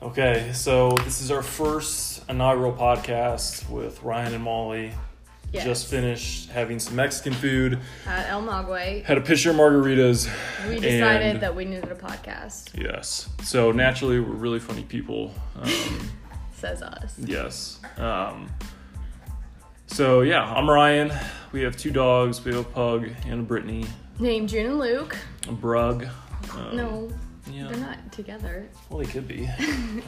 Okay, so this is our first inaugural podcast with Ryan and Molly. Yes. Just finished having some Mexican food, At El Magway, had a pitcher of margaritas. we decided and- that we needed a podcast. Yes. So naturally, we're really funny people. Um, Says us. yes. Um, so yeah, I'm Ryan. We have two dogs. We have a pug and a Brittany, Named June and Luke. a Brug. Um, No, they're Yeah. not together. Well, they could be.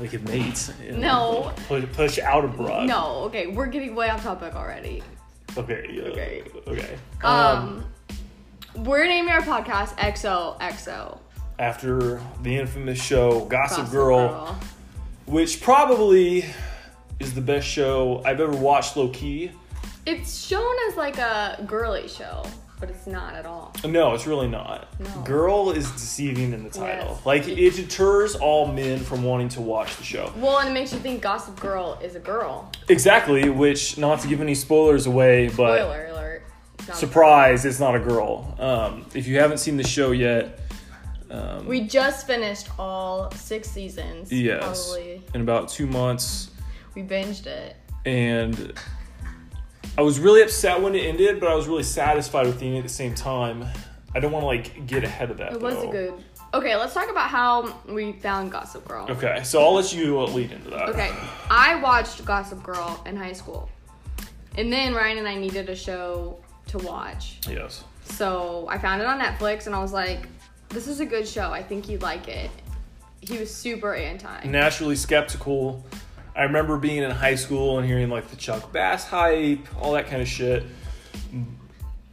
They could mate. and No. Push, push out a Brug. No. Okay, we're getting way off topic already. Okay. yeah, Okay. Okay. Um, we're naming our podcast XOXO. after the infamous show Gossip, Gossip Girl, which probably is the best show I've ever watched low key. It's shown as like a girly show, but it's not at all. No, it's really not. No. Girl is deceiving in the title. Yes. Like it deters all men from wanting to watch the show. Well, and it makes you think Gossip Girl is a girl. Exactly, which not to give any spoilers away, but Spoiler alert. It's not a surprise, it's not a girl. Um, if you haven't seen the show yet, um, girl. We just finished all six seasons. yes, Probably. in about two months. We binged it. and I was really upset when it ended, but I was really satisfied with the end at the same time. I don't want to like get ahead of that. It was though. a good. Okay, let's talk about how we found Gossip Girl. Okay, so I'll let you uh, lead into that. Okay, I watched Gossip Girl in high school. And then Ryan and I needed a show to watch. Yes. So I found it on Netflix and I was like, this is a good show. I think you'd like it. He was super anti. Naturally skeptical. I remember being in high school and hearing like the Chuck Bass hype, all that kind of shit.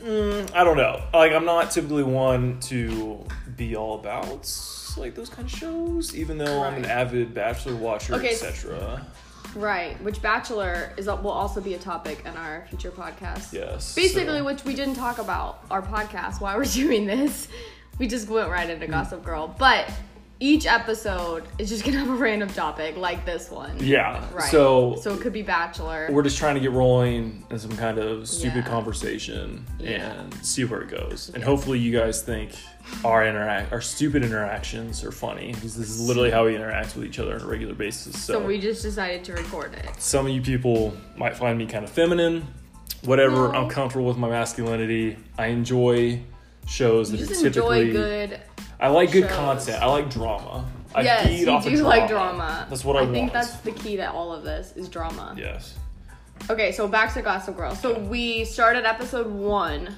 Mm, I don't know. Like I'm not typically one to be all about like those kind of shows, even though I'm an Right. avid Bachelor watcher, Okay, s- etc. Right, which Bachelor is will also be a topic in our future podcast. Yes. Basically, so- which we didn't talk about our podcast, why we're doing this. We just went right into Mm. Gossip Girl. But each episode is just gonna have a random topic like this one. Yeah. Right. So, So it could be Bachelor. we're just trying to get rolling in some kind of stupid Yeah. conversation Yeah. and see where it goes. And hopefully you guys think our interact our stupid interactions are funny because this is literally how we interact with each other on a regular basis. So, so we just decided to record it. some of you people might find me kind of feminine. Whatever, No. I'm comfortable with my masculinity. I enjoy shows that You just are typically enjoy good. I like good shows. content. I like drama. I yes, feed you off of do like drama. That's what I, want. think that's the key to all of this is drama. yes. Okay, so back to Gossip Girl. So we started episode one,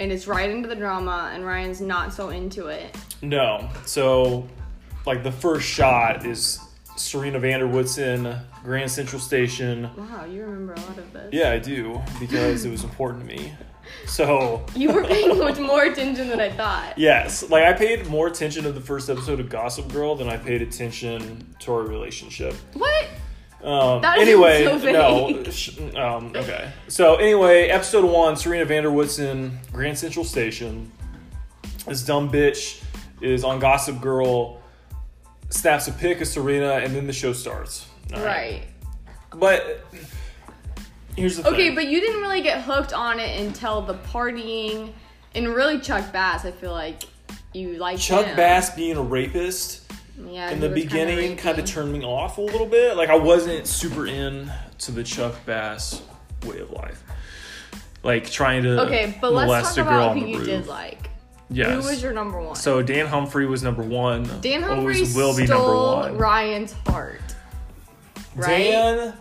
and it's right into the drama, and Ryan's not so into it. No. So, like the first shot is Serena Vanderwoodson, Grand Central Station. Wow, you remember a lot of this. Yeah, I do because it was important to me. So, You were paying much more attention than I thought. yes, like I paid more attention to the first episode of Gossip Girl than I paid attention to our relationship. What? Um, That is anyway, so vague. no. sh- Um, okay. So anyway, episode one, Serena Vanderwoodson, Grand Central Station. This dumb bitch is on Gossip Girl, snaps a pic of Serena, and then the show starts. All Right. But here's the Okay, thing. but you didn't really get hooked on it until the partying, and really Chuck Bass. I feel like you like Chuck Bass being a rapist Yeah. in he the was kinda beginning kind of rapey. turned me off a little bit. Like I wasn't super in to the Chuck Bass way of life. Like trying to Okay, but let's molest talk a girl about on who the you roof. did like. Yes. Who was your number one? So Dan Humphrey was number one. Dan Humphrey Always will be number stole one. Ryan's heart. Right? Dan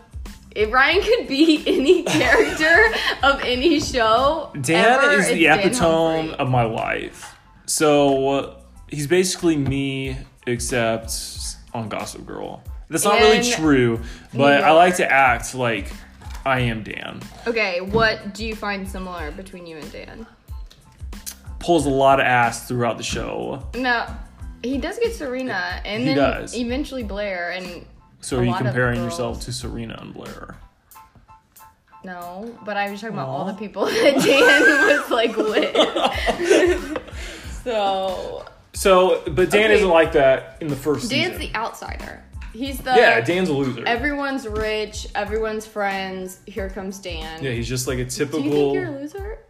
If Ryan could be any character of any show, Dan ever, is the it's Dan epitome Humphrey. of my life. So uh, he's basically me except on Gossip Girl. That's not really And- true, but I Yeah. like to act like I am Dan. Okay, what do you find similar between you and Dan? Pulls a lot of ass throughout the show, No, he does get Serena, and He then does. eventually Blair, and so A are you lot of comparing girls. yourself to Serena and Blair? no, but I was talking about all Aw. the people that Dan was like with. so So, but Dan Okay. isn't like that in the first Dan's season. the outsider. He's the yeah, Dan's a loser. Everyone's rich. Everyone's friends. Here comes Dan. yeah, he's just like a Do typical. you think you're a loser?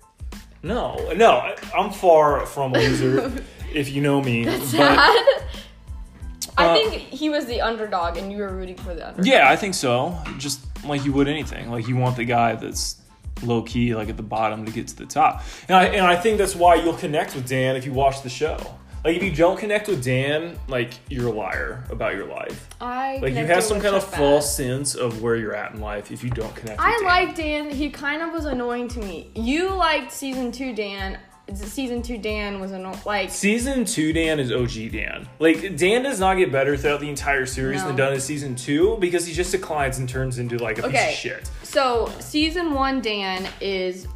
No, no, I- I'm far from a loser, if you know me. but I I think he was the underdog, and you were rooting for the underdog. Uh, Yeah, I think so. Just like you would anything. Like you want the guy that's low key, like at the bottom, to get to the top. And I and I think that's why you'll connect with Dan if you watch the show. Like if you don't connect with Dan, like you're a liar about your life. I Like you connected have some with kind of Chuck Bass. false sense of where you're at in life if you don't connect. With I Dan. liked Dan. He kind of was annoying to me. You liked season two, Dan. Season two, Dan was annoying. Like Season two Dan is OG Dan. Like Dan does not get better throughout the entire series No. than done in season two because he just declines and turns into like a piece Okay. of shit. So season one, Dan is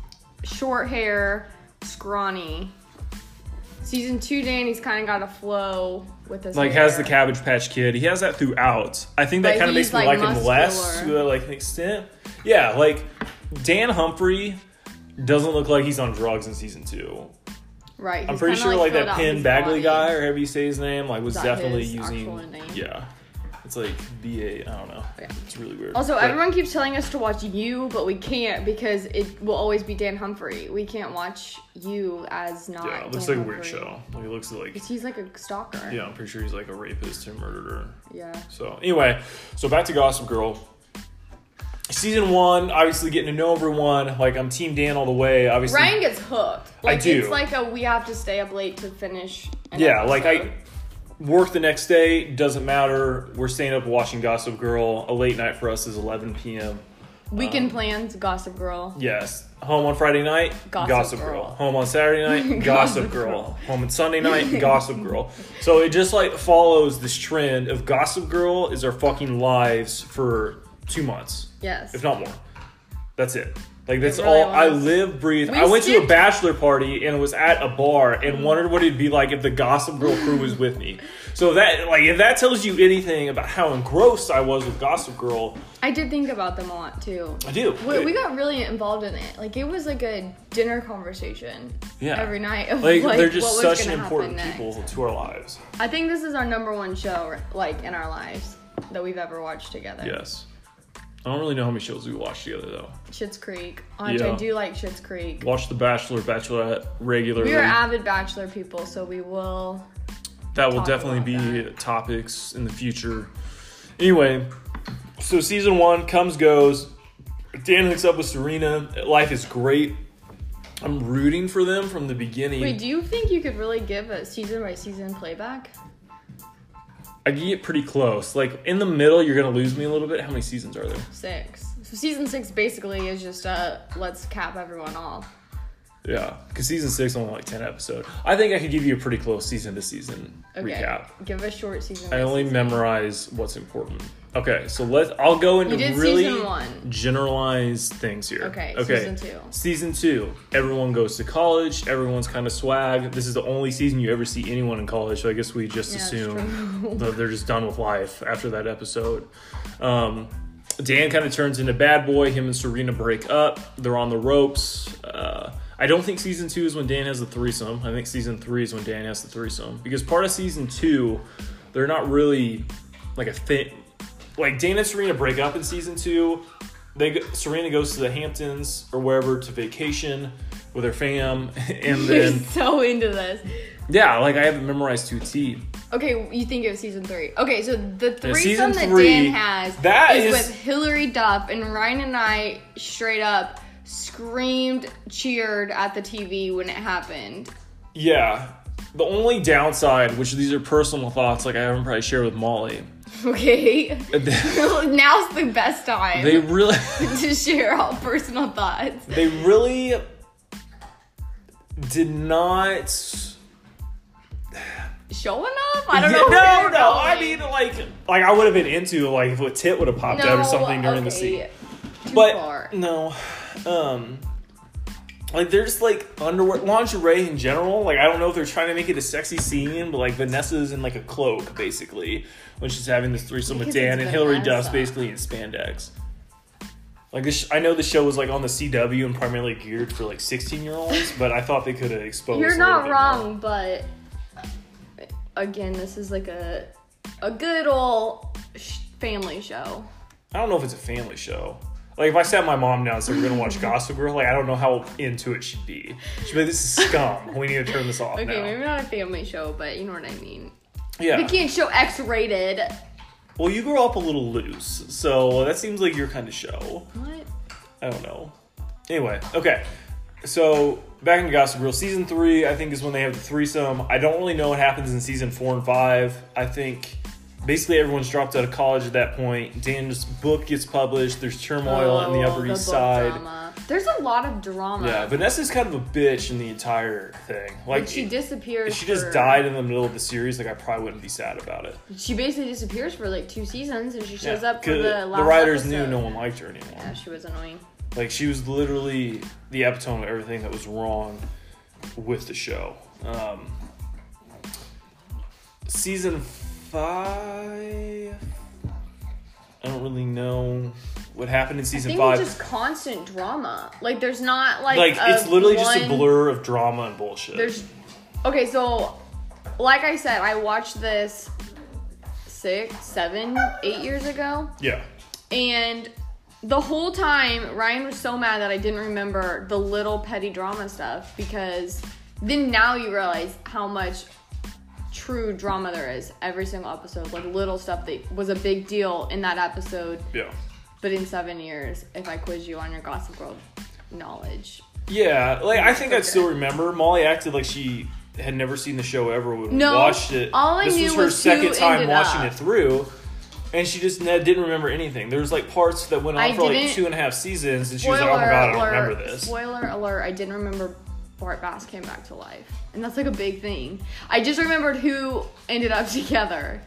short hair, scrawny. Season two, Dan, he's kind of got a flow with his Like hair. has the Cabbage Patch Kid. He has that throughout. I think that But kind of he's, makes me like, like him less muscular. to uh, like an extent. Yeah, like Dan Humphrey doesn't look like he's on drugs in season two. right. I'm he's pretty kinda, sure like, filled that out Penn his Bagley body. guy or however you say his name like was Is that definitely his using actual name? yeah. It's like B A. I don't know. Yeah. It's really weird. Also, But- everyone keeps telling us to watch you, but we can't because it will always be Dan Humphrey. We can't watch you as not. Yeah, it looks like Dan a weird Humphrey. show. Like it looks like 'Cause He's like a stalker. Yeah, I'm pretty sure he's like a rapist and murderer. Yeah. So anyway, so back to Gossip Girl. Season one, obviously getting to know everyone. Like I'm Team Dan all the way. Obviously, Ryan gets hooked. Like, do. It's like a we have to stay up late to finish. an yeah. Like I episode. work the next day. Doesn't matter. We're staying up watching Gossip Girl. A late night for us is 11 p.m. um, Weekend plans, Gossip Girl. Yes. Home on Friday night, Gossip, Gossip Girl. Girl. Home on Saturday night, Gossip Gossip Girl. Girl. Home on Sunday night, Gossip Girl. So it just like follows this trend of Gossip Girl is our fucking lives for two months, Yes. if not more. That's it. Like that's really all I was. live, breathe. We I went to a skipped- bachelor party and was at a bar and wondered what it'd be like if the Gossip Girl crew was with me. So that like if that tells you anything about how engrossed I was with Gossip Girl, I did think about them a lot too. I do. We, we got really involved in it. Like it was like a dinner conversation Yeah. every night. Of, like, like, they're just what was such an gonna important happen people next. to our lives. I think this is our number one show like in our lives that we've ever watched together. Yes. I don't really know how many shows we watched together though. Schitt's Creek. Which Yeah. I do like Schitt's Creek. Watched The Bachelor, Bachelorette regularly. We are avid Bachelor people, so we will. that will talk definitely be about topics in the future. Anyway, so season one comes goes. Dan hooks up with Serena. Life is great. I'm rooting for them from the beginning. Wait, do you think you could really give a season by season playback? I get pretty close. Like in the middle, you're gonna lose me a little bit. How many seasons are there? Six. So season six basically is just uh let's cap everyone off. Yeah, because season six only like ten episodes. I think I could give you a pretty close season to season Okay. recap. Give a short season. I by only season. memorize what's important. Okay, so let's. I'll go into You did really season one. generalized things here. Okay, Okay. season two. Season two. Everyone goes to college. Everyone's kind of swag. This is the only season you ever see anyone in college. So I guess we just Yeah, that's assume that they're just done with life after that episode. Um, Dan kind of turns into bad boy. Him and Serena break up. They're on the ropes. Uh, I don't think season two is when Dan has the threesome. I think season three is when Dan has the threesome because part of season two, they're not really like a fit. Like Dan and Serena break up in season two. They go- Serena goes to the Hamptons or wherever to vacation with her fam, and You're then so into this. yeah, like I haven't memorized two T. Okay, you think it was season three? Okay, so the season threesome that three, Dan has that is is- with Hillary Duff and Ryan and I straight up screamed, cheered at the TV when it happened. Yeah. The only downside, which these are personal thoughts, like I haven't probably shared with Molly. Okay, They now's the best time really, to share all personal thoughts. they really did not Showing up? I don't Yeah, know. where No, you're no. I going. mean, like, like I would have been into like if a tit would have popped out or something during the scene. okay, Too but Mm. far. no, um, like they're just like underwear, lingerie in general. Like I don't know if they're trying to make it a sexy scene, but like Vanessa's in like a cloak basically when she's having this threesome with Because Dan it's and Hillary Duff's Vanessa. basically in spandex. Like this, I know the show was like on the CW and primarily geared for like sixteen year olds, but I thought they could have exposed. a You're little bit not more. wrong, but again, this is like a a good old sh- family show. I don't know if it's a family show. Like if I sat my mom down and said we're gonna watch Gossip Girl, like I don't know how into it she'd be. She'd be like, "This is scum. We need to turn this off Okay, now." maybe not a family show, but you know what I mean. Yeah. Vicky and show X rated. Well, you grew up a little loose, so that seems like your kind of show. What? I don't know. Anyway, okay. So back into Gossip Girl, season three, I think is when they have the threesome. I don't really know what happens in season four and five. I think basically everyone's dropped out of college at that point. Dan's book gets published. There's turmoil in the Oh, Upper the East book Side. drama. There's a lot of drama. Yeah, Vanessa's kind of a bitch in the entire thing. Like But she If disappears. she just for- died in the middle of the series, like I probably wouldn't be sad about it. She basically disappears for like two seasons, and she shows Yeah. up for 'Cause the last. writers episode. knew no one liked her anymore. Yeah, she was annoying. Like she was literally the epitome of everything that was wrong with the show. Um, season five. I don't really know what happened in I season think five. it's just constant drama. Like there's not like like a it's literally just a one- blur of drama and bullshit. There's okay, so like I said, I watched this six, seven, eight years ago, yeah, and the whole time Ryan was so mad that I didn't remember the little petty drama stuff because then now you realize how much true drama there is every single episode like little stuff that was a big deal in that episode yeah, but in seven years if i quiz you on your gossip girl knowledge yeah. Like I think I'd still remember. Molly acted like she had never seen the show ever when No, we watched it. all I this knew was her was who second time ended watching up. it through. And she just ne- didn't remember anything. There was like parts that went on I for like didn't- two and a half seasons, and she was like, "Oh my god, I don't remember this." Spoiler alert, I didn't remember Bart Bass came back to life. And that's like a big thing. I just remembered who ended up together.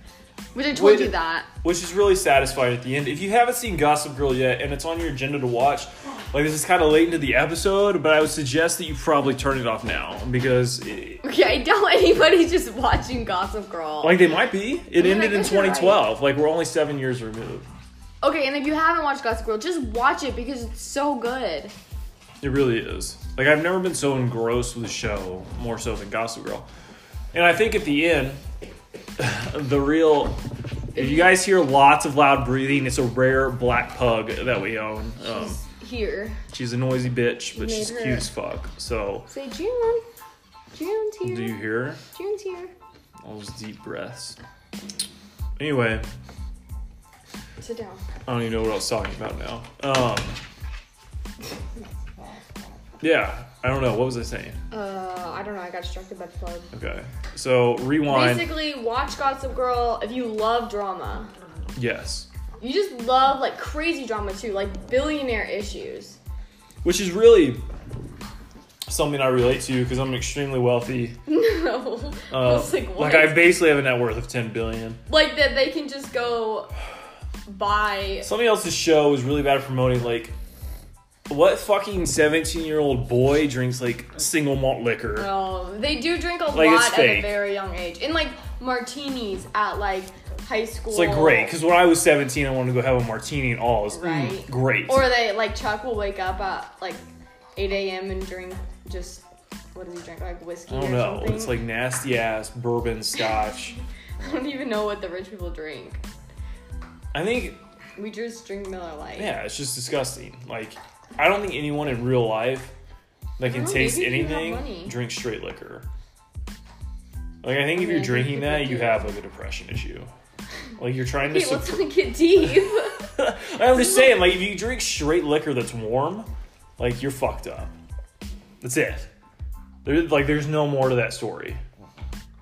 Which I told Wait, you that. which is really satisfying at the end. If you haven't seen Gossip Girl yet and it's on your agenda to watch, like this is kind of late into the episode, but I would suggest that you probably turn it off now because, eh, Okay, I doubt anybody's just watching Gossip Girl. like, they might be. It Yeah, I ended in guess you're right. 2012. Like, we're only seven years removed. okay, and if you haven't watched Gossip Girl, just watch it because it's so good. It really is. Like, I've never been so engrossed with the show more so than Gossip Girl. And I think at the end, the real. If you guys hear lots of loud breathing, it's a rare black pug that we own. Um, It's here. She's a noisy bitch, but Made she's her- cute as fuck. So, Say June. June's here. do you hear her? June's here. all those deep breaths? Anyway, Sit down. I don't even know what I was talking about now. Um, yeah, I don't know. What was I saying? Uh, I don't know. I got distracted by the plug. Okay, so rewind. Basically, watch Gossip Girl if you love drama. Yes, You just love like crazy drama too, like billionaire issues. which is really something I relate to because I'm extremely wealthy. No, I Uh, was like what? like I basically have a net worth of 10 billion. Like that they can just go buy. Something else this show is really bad at promoting. Like, what fucking 17 year old boy drinks like single malt liquor? No, um, they do drink a Like, it's lot at a fake. very young age, and like martinis at like high school. It's like great because when I was 17, I wanted to go have a martini and all. It's mm, Right. great. Or they like Chuck will wake up at like 8 a.m. and drink just what does he drink like whiskey? I don't or know. Something? It's like nasty ass bourbon scotch. I don't even know what the rich people drink. I think We just drink Miller Lite. yeah, it's just disgusting. Like I don't think anyone in real life that can don't know, taste maybe if you have anything money. drinks straight liquor. Like I think if mean, I you're think drinking people that, you do. have like a depression issue. Like you're trying to. Wait, let's suppress- not get deep. I'm just saying, like if you drink straight liquor that's warm, like you're fucked up. That's it. There, like there's no more to that story.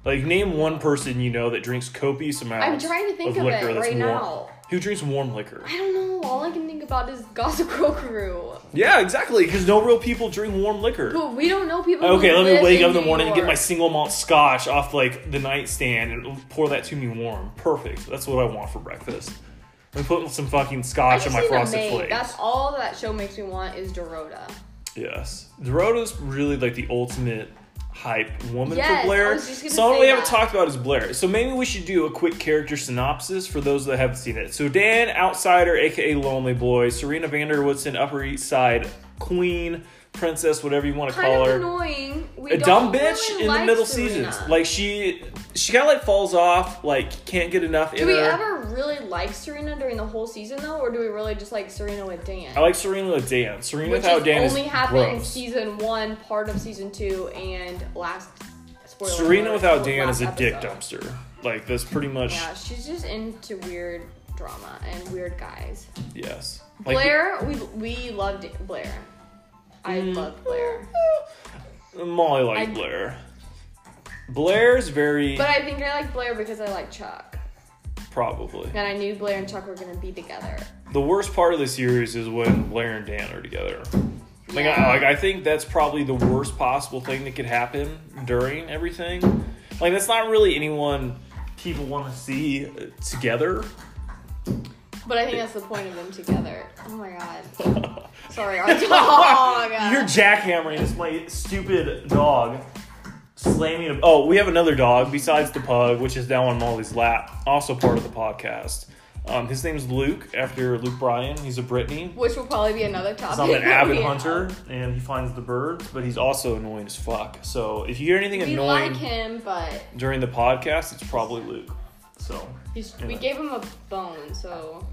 Like name one person you know that drinks copious amounts. trying to think of liquor it that's right warm. now. Who drinks warm liquor? I don't know. All I can think about is Gossip Girl crew. Yeah, exactly. Because no real people drink warm liquor. But we don't know people. Okay, who let me live wake up in the New morning and get my York. single malt scotch off like the nightstand and pour that to me warm. Perfect. That's what I want for breakfast. I'm putting some fucking I scotch just on my need a frosted maid. flakes. That's all that show makes me want is Dorota. Yes. Dorota's really like the ultimate hype woman Yes, for I Blair. was just gonna Someone say we haven't that. talked about is Blair. So maybe we should do a quick character synopsis for those that haven't seen it. So Dan, outsider, aka Lonely Boy, Serena Vanderwoodson, Upper East Side Queen, Princess, whatever you want to Kind call of her. annoying. We A don't dumb bitch really in the like middle Serena. seasons. Like she she kinda like falls off, like can't get enough in do we her. ever really like Serena during the whole season though, or do we really just like Serena with Dan? I like Serena with Dan. Serena Which without is Dan only is happened in gross. season one, part of season two, and last spoiler. Serena alert, without the Dan last is a dick episode. dumpster. Like that's pretty much Yeah, she's just into weird drama and weird guys. yes. Like, Blair, we we loved Blair. I Mm. loved Blair, Molly likes I- Blair. Blair's very but I think I like Blair because I like Chuck, probably. and I knew Blair and Chuck were gonna be together. The worst part of the series is when Blair and Dan are together. Like, Yeah. I, like I think that's probably the worst possible thing that could happen during everything. Like that's not really anyone people want to see uh, together. But I think that's the point of them together. Oh my god. Sorry, our dog. You're jackhammering. It's my stupid dog slamming. A- oh, we have another dog besides the pug, which is now on Molly's lap, also part of the podcast. Um, his name's Luke, after Luke Bryan. He's a Brittany. Which will probably be another topic. He's I'm an avid Oh, Yeah. hunter, and he finds the birds, but he's also annoying as fuck. So if you hear anything We annoying like him, but during the podcast, it's probably Luke. So he's, we Yeah. gave him a bone, so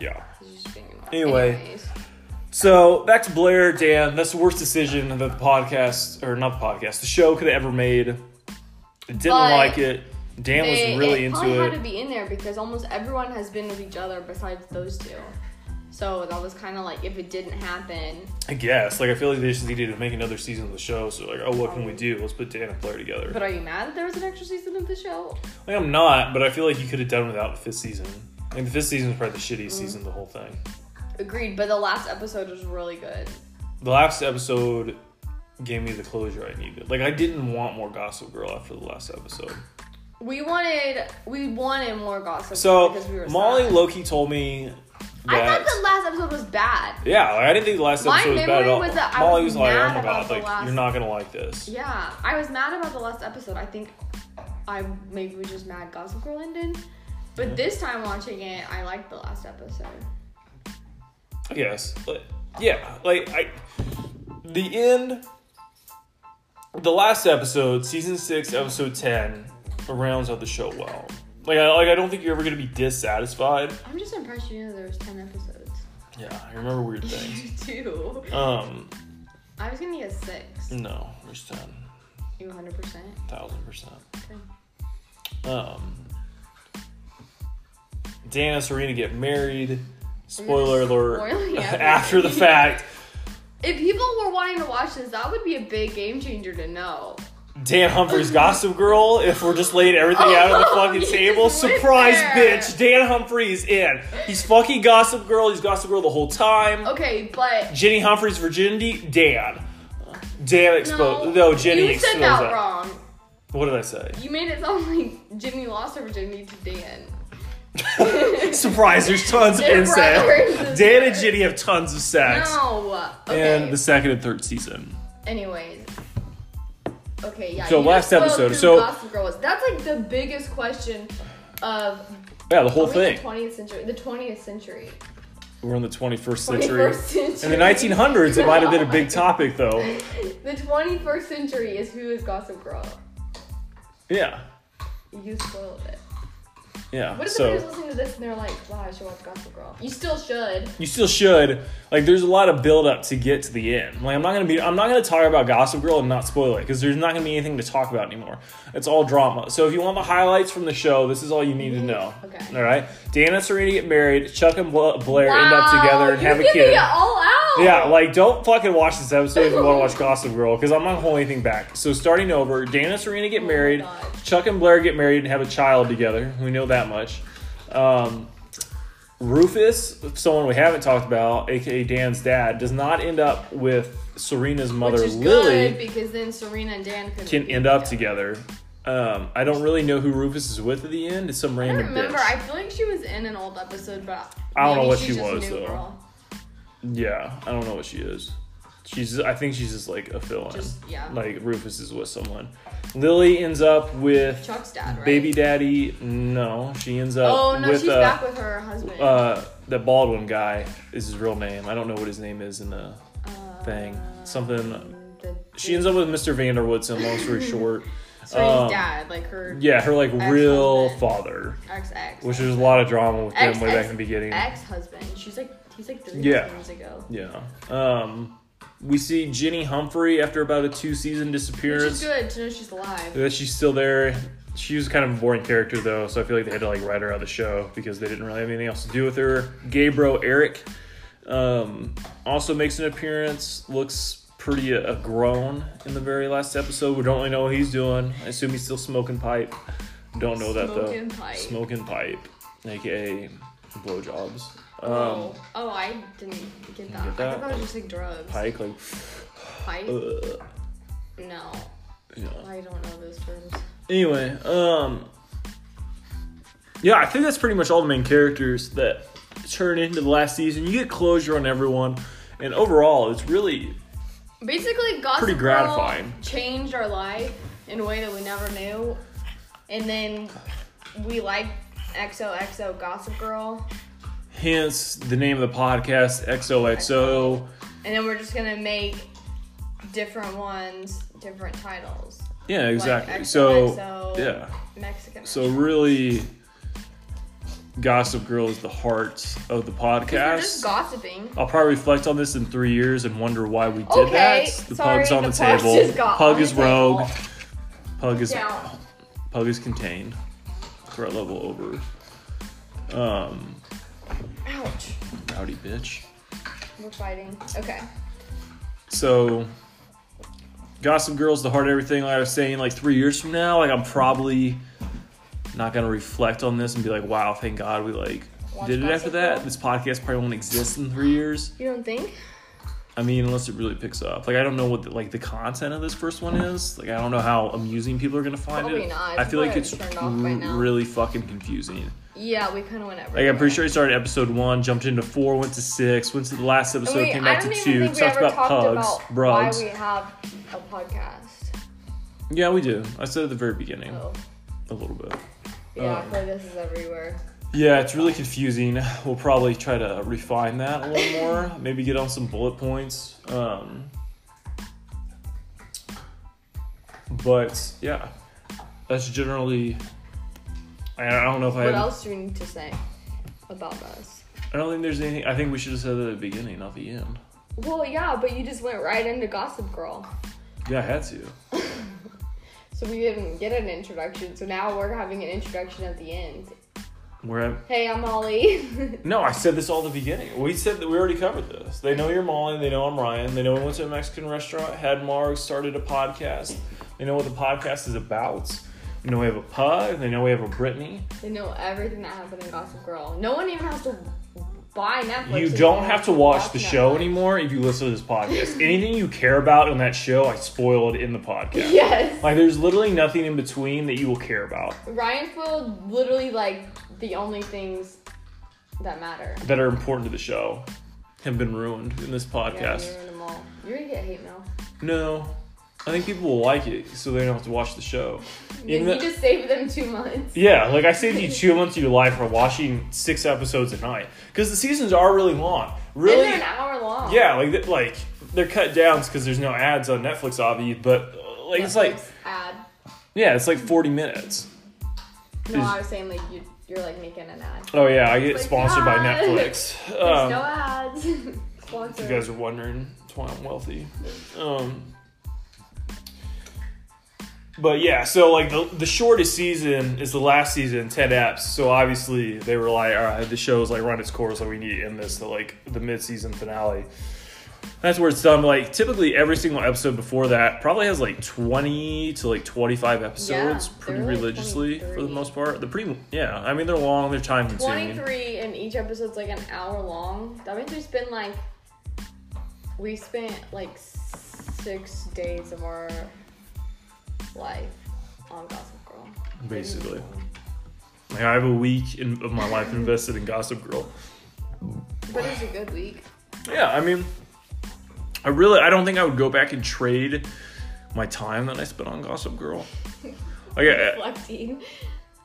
yeah. he's just being annoying. Anyway. Anyways. So back to Blair, Dan. That's the worst decision that the podcast, or not the podcast, the show could have ever made. Didn't But like it. Dan They- was really it into probably had to it. be in there because almost everyone has been with each other besides those two. So that was kind of like if it didn't happen, I guess. Like I feel like they just needed to make another season of the show. So like, oh, what can we do? Let's put Dan and Blair together. but are you mad that there was an extra season of the show? like I'm not, but I feel like you could have done without the fifth season. Like the fifth season is probably the shittiest Mm-hmm. season of the whole thing. Agreed, but the last episode was really good. The last episode gave me the closure I needed. Like I didn't want more Gossip Girl after the last episode. We wanted we wanted more gossip So because we were Molly sad. Loki told me. I That thought the last episode was bad. Yeah, like, I didn't think the last My episode was bad at memory all. was that I Molly was was like, mad "Oh my about god, the like last- you're not gonna like this." Yeah, I was mad about the last episode. I think I maybe was just mad Gossip Girl ended. But this time watching it, I liked the last episode. I guess, but yeah, like I, the end, the last episode, season six, episode ten, rounds out the show well. Like I, like I don't think you're ever gonna be dissatisfied. I'm just impressed you knew there was ten episodes. Yeah, I remember weird things. You do. Um, I was gonna get six. no, there's ten, You 100 percent. thousand percent. Um, Dan and Serena get married. Spoiler Mm, alert! spoiling after the everything. fact. If people were wanting to watch this, that would be a big game changer to know. Dan Humphrey's Gossip Girl. If we're just laying everything out on the Oh, fucking you table, just went surprise, there. bitch! Dan Humphrey is in. He's fucking Gossip Girl. He's Gossip Girl the whole time. Okay, but Jenny Humphrey's virginity. Dan. Dan no, exposed. No, Jenny you exposed said that, that. wrong. What did I say? You made it sound like Jimmy lost her virginity to Dan. Surprise! There's tons of They're incest. brothers and Dan and sisters. Jenny have tons of sex. No. Okay. And the second and third season. Anyways. Okay, yeah. So you last just episode, spoke so- who Gossip Girl was. That's like the biggest question of Yeah, the whole are we thing. in the 20th century. The 20th century. We're in the 21st century. 21st century. In the 1900s, it might have been a big topic, though. The 21st century is who is Gossip Girl. Yeah. You spoiled it. Yeah. What if so. somebody's listening to this and they're like, wow, I should watch Gossip Girl? You still should. you still should. Like, there's a lot of build up to get to the end. Like, I'm not gonna be, I'm not gonna talk about Gossip Girl and not spoil it because there's not gonna be anything to talk about anymore. It's all drama. So if you want the highlights from the show, this is all you need to know. Okay. All right. Dan and Serena get married. Chuck and Bla- Blair end up Wow, together and you're have a giving kid. it all out. Yeah, like don't fucking watch this episode if you want to watch Gossip Girl because I'm not holding anything back. So starting over, Dan and Serena get Oh my married, God. Chuck and Blair get married and have a child together. We know that much. Um, Rufus, someone we haven't talked about, aka Dan's dad, does not end up with Serena's mother Which is Lily. good because then Serena and Dan could Can end up together. Um, I don't really know who Rufus is with at the end. It's some I random don't remember. bitch. I feel like she was in an old episode, but I don't know maybe what she's she just was, new though. girl. Yeah, I don't know what she is. She's I think she's just like a fill-in. Just- yeah. Like Rufus is with someone. Lily ends up with Chuck's dad, right? baby daddy. No, she ends up Oh no, with she's uh, back with her husband. uh the Baldwin guy is his real name. I don't know what his name is in the Uh, thing. Something Um, the- she ends up with Mr. Vanderwoodson, long story short. Serena's um, dad, like her Yeah, her like real Ex-husband. father. ex ex, Which there's a lot of drama with them Ex- way back ex- in the beginning. ex husband. She's like he's like three Yeah. years ago. Yeah. Um We see Ginny Humphrey after about a two season Which is disappearance. good to know she's alive. That she's still there. She was kind of a boring character though, so I feel like they had to like write her out of the show because they didn't really have anything else to do with her. Gabriel Eric um, also makes an appearance. Looks pretty uh, grown in the very last episode. We don't really know what he's doing. I assume he's still smoking pipe. Don't know that though. Smoking pipe. Smoking pipe, aka blowjobs. Um, oh. oh, I didn't get that. get I that? thought that was just like drugs. Pike, like, Pipe? ugh, No, you know. I don't know those terms. anyway, um, yeah, I think that's pretty much all the main characters that turn into the last season. You get closure on everyone, and overall, it's really Basically, Gossip Pretty gratifying. Girl changed our life in a way that we never knew, and then we like XOXO Gossip Girl, hence the name of the podcast XOXO. and then we're just gonna make different ones, different titles. Yeah, exactly. so XOXO. yeah, Mexican. so really, Gossip Girl is the heart of the we're just podcast. gossiping. I'll probably reflect on this in three years and wonder why we did Okay, that. The sorry, pug's on the the, pug's table. just got Pug on is the rogue. table. Pug is Down. Pug is contained. Threat level over. Um, Ouch. rowdy bitch. We're fighting. Okay. So, Gossip Girl's the heart of everything. Like I was saying, like three years from now, like I'm probably not gonna reflect on this and be like, "Wow, thank God we like Watch did it after Gossip that." Girl. This podcast probably won't exist in three years. You don't think? I mean, unless it really picks up. Like I don't know what the, like the content of this first one is. Like I don't know how amusing people are gonna find Probably it. not. I feel like it's People are turned off by now. really fucking confusing. Yeah, we kind of went over. Like I'm that. pretty sure it started episode one, jumped into four, went to six, went to the last episode, And came I back to don't two, even think we talked ever about pugs, about brugs. Why we have a podcast? Yeah, we do. I said at the very beginning, So a little bit. Um, yeah, I feel like this is everywhere. Yeah, it's really confusing. We'll probably try to refine that a little more. Maybe get on some bullet points. Um, but yeah, that's generally. I I don't know if I. What Have, else do we need to say about us? I don't think there's anything. I think we should have said it at the beginning, not the end. Well, yeah, but you just went right into Gossip Girl, Yeah, I had to. so we didn't get an introduction. So now we're having an introduction at the end. We're at Hey, I'm Holly. No, I said this all at the beginning. We said that we already covered this. They know you're Molly. They know I'm Ryan. They know we went to a Mexican restaurant, had Marg, started a podcast. They know what the podcast is about. They know we have a pug. They know we have a Brittany. they know everything that happened in Gossip Girl. No one even has to buy Netflix. You if don't have to watch the show Netflix. anymore if you listen to this podcast. Anything you care about in that show, I spoiled in the podcast. Yes. Like, there's literally nothing in between that you will care about Ryan spoiled literally like the only things that matter. that are important to the show have been ruined in this Yeah, podcast. you're in the mall. You're gonna get hate mail. No, I think people will like it, so they don't have to watch the show. You, Even you tho- just saved them two months. yeah, like I saved you two months of your life for watching six episodes a night because the seasons are really long. And Really, they're an hour long. yeah, like th- like they're cut down because there's no ads on Netflix, obviously. But uh, like it's like Netflix ad. yeah, it's like forty minutes. No, is- I was saying like you, you're like making an ad. Oh yeah, I get Like, sponsored by God. Netflix. There's Um, no ads. if Sponsor. you guys are wondering, that's why I'm wealthy. Um, but yeah, so like the, the shortest season is the last season, 10 apps. So obviously they were like, all right, the show's like run its course, like we need to end this to like the mid season finale. That's where it's done. Like typically every single episode before that probably has like 20 to like 25 episodes Yeah, they're pretty like religiously for the 23. most part. They're pretty, yeah, I mean, they're long, they're time consuming. 23 and each episode's like an hour long. That means we spend like we spent like six days of our life on Gossip Girl. Basically. Like I have a week in, of my life invested in Gossip Girl. But it was a good week. Yeah, I mean, I really, I don't think I would go back and trade my time that I spent on Gossip Girl. Like, I- Reflecting.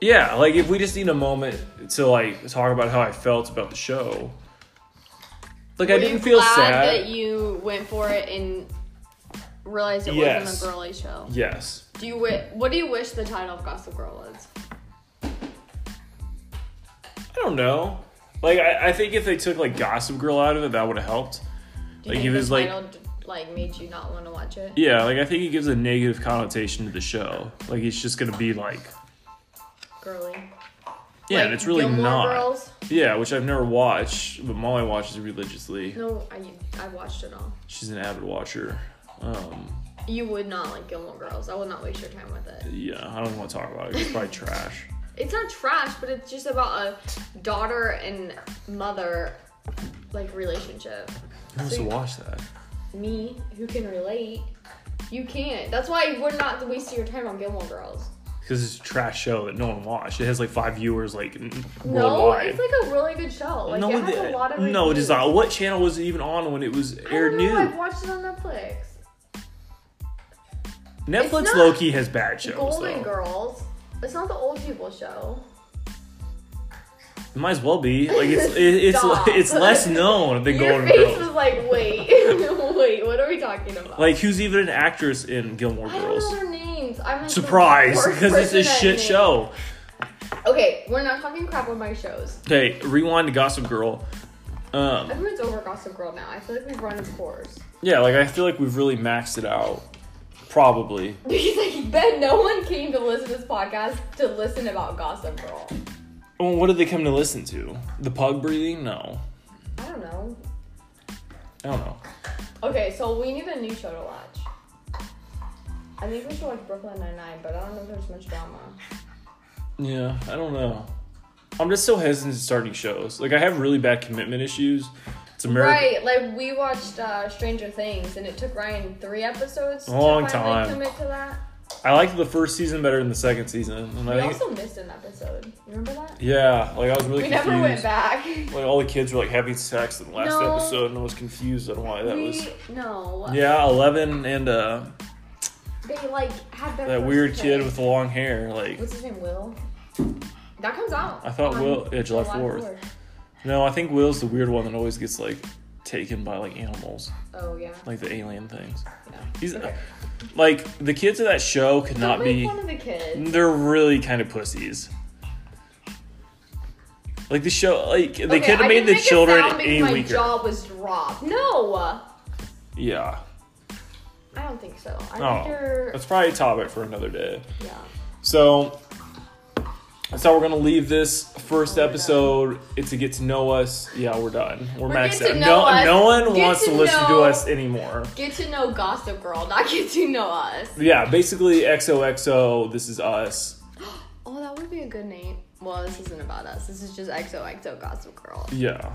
yeah, like if we just need a moment to like talk about how I felt about the show. Like I Were you didn't feel glad sad. that you went for it and realized it Yes. wasn't a girly show. yes, Do you wi- what do you wish the title of Gossip Girl was? I don't know. Like I, I think if they took like Gossip Girl out of it, that would have helped. Do you Like, think it the was like- title d- like made you not want to watch it. Yeah, like I think he gives a negative connotation to the show. Like it's just gonna be like Girly. yeah, Like and it's really Gilmore not. Girls? Yeah, which I've never watched, but Molly watches religiously. No, I I watched it all. She's an avid watcher. Um, You would not like Gilmore Girls. I will not waste your time with it. yeah, I don't want to talk about it. It's probably trash. It's not trash, but it's just about a daughter and mother like relationship. Who wants to watch that? Me, who can relate, you can't. That's why you would not waste your time on Gilmore Girls. Because it's a trash show that no one watched. It has like five viewers like n- No, worldwide. it's like a really good show. Like it has it- a lot of no, it reviews. is not. What channel was it even on when it was I aired don't know. new? I've watched it on Netflix. Netflix not Loki has bad shows. Golden though. Girls. It's not the old people show. It might as well be. Like it's it, it's Stop. it's less known than Your Golden face Girls. was like, wait, wait, what are we talking about? Like who's even an actress in Gilmore I don't know Girls? their names. I'm like the Surprise, worst because it's a person at shit names. show. Okay, we're not talking crap on my shows. Okay, rewind to Gossip Girl. Um, Everyone's over Gossip Girl now. I feel like we've run its course. yeah, like I feel like we've really maxed it out. Probably. Because like Ben, no one came to listen to this podcast to listen about Gossip Girl. Well, what did they come to listen to? The pug breathing? No, I don't know. I don't know. Okay, so we need a new show to watch. I think we should watch Brooklyn Nine Nine, but I don't know if there's much drama. Yeah, I don't know. I'm just so hesitant to start new shows. Like I have really bad commitment issues. It's American. Right, like we watched uh, Stranger Things, and it took Ryan three episodes A long to finally time. commit to that. I liked the first season better than the second season, and We I think also missed an episode. Remember that? yeah, like I was really we confused. never went back. Like all the kids were like having sex in the last No. episode, and I was confused on why that we was. no. Yeah, Eleven and uh, They like had their that first weird kid with the long hair. Like what's his name Will. That comes out. I thought on Will- yeah, July 4th. no, I think Will's the weird one that always gets like taken by like animals, Oh yeah. like the alien things. yeah. He's Okay. like the kids of that show could not Don't make be. fun of the kids. They're really kind of pussies. Like the show, like they Okay, could I have made didn't the make a children sound because any my weaker. jaw was dropped. No, I Yeah. don't think so. I Oh, think you're. that's probably a topic for another day. Yeah. So that's how we're gonna leave this first Oh, We're done. episode. It's a get to know us. Yeah, we're done. We're, We're maxed get to out. know No, us. no one Get wants to to listen to know- us anymore. Get to know Gossip Girl, not get to know us. Yeah, basically XOXO. This is us. Oh, that would be a good name. Well, this isn't about us. This is just XOXO Gossip Girl. Yeah.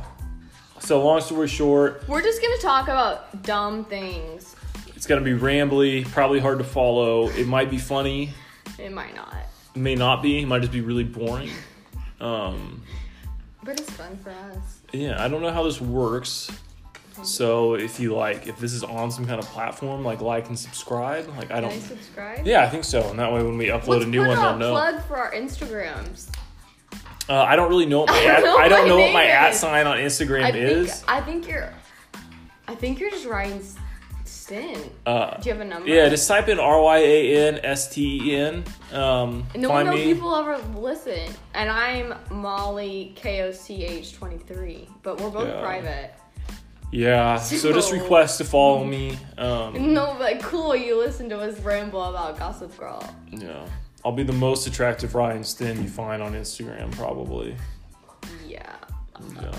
So long story short, We're just gonna talk about dumb things. it's gonna be rambly, probably hard to follow. It might be funny, It might not, it may not be. It might just be really boring. Um, but it's fun for us. yeah, I don't know how this works. So if you like, if this is on some kind of platform, like like and subscribe. Like I Can don't. I subscribe? Yeah, I think so. And that way, when we upload Let's a new put one, out they'll know. a plug for our Instagrams. Uh, I don't really know. What my I at, don't I don't know know what my either. at sign on Instagram I is. think I think you're, I think you're just Ryan's stint. uh, Do you have a number? yeah, just type in R Y A N S T E N. Um, No find no me. people ever listen, and I'm Molly K O C H twenty three, but we're both Yeah. private. Yeah, so just So- request to follow me. Um, No, but cool, you listen to us ramble about Gossip Girl. yeah, I'll be the most attractive Ryan Stin you find on Instagram probably. Yeah. Yeah.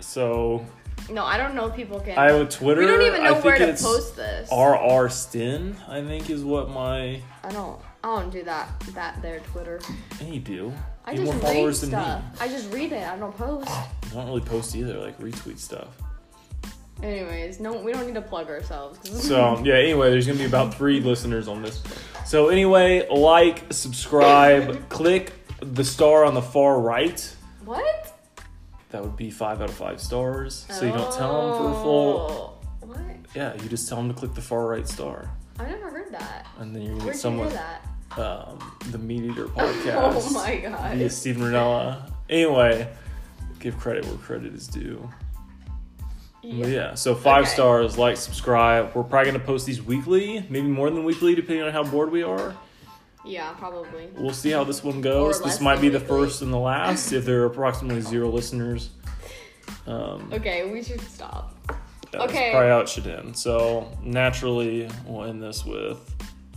So No, I don't know if people can. I have a Twitter. we don't even I know think where to it's post this. RR Stin. I think is what my. I don't. I don't do that. That there Twitter. Hey, you do. I You just have more read followers than me. stuff. I just read it. I don't post. I don't really post either, like retweet stuff. Anyways, no, we don't need to plug ourselves. So yeah, anyway, there's gonna be about three listeners on this. So anyway, like, subscribe, click the star on the far right. what? That would be five out of five stars. So you don't tell them for a full. Oh. What? Yeah, you just tell them to click the far right star, I never heard that. and then you're gonna Where'd get someone you hear that? um, the Meat Eater podcast. Oh my god. Via Steven Renella. Anyway, give credit where credit is due. Yeah. Yeah. so five Okay. stars, like, subscribe. We're probably gonna post these weekly, maybe more than weekly, depending on how bored we are. Yeah, probably. We'll see how this one goes. Or This less might than be the weekly. first and the last if there are approximately zero listeners. Um, Okay, we should stop. That's Okay. probably how it should end. So naturally, we'll end this with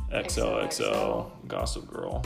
XOXO, XOXO. Gossip Girl.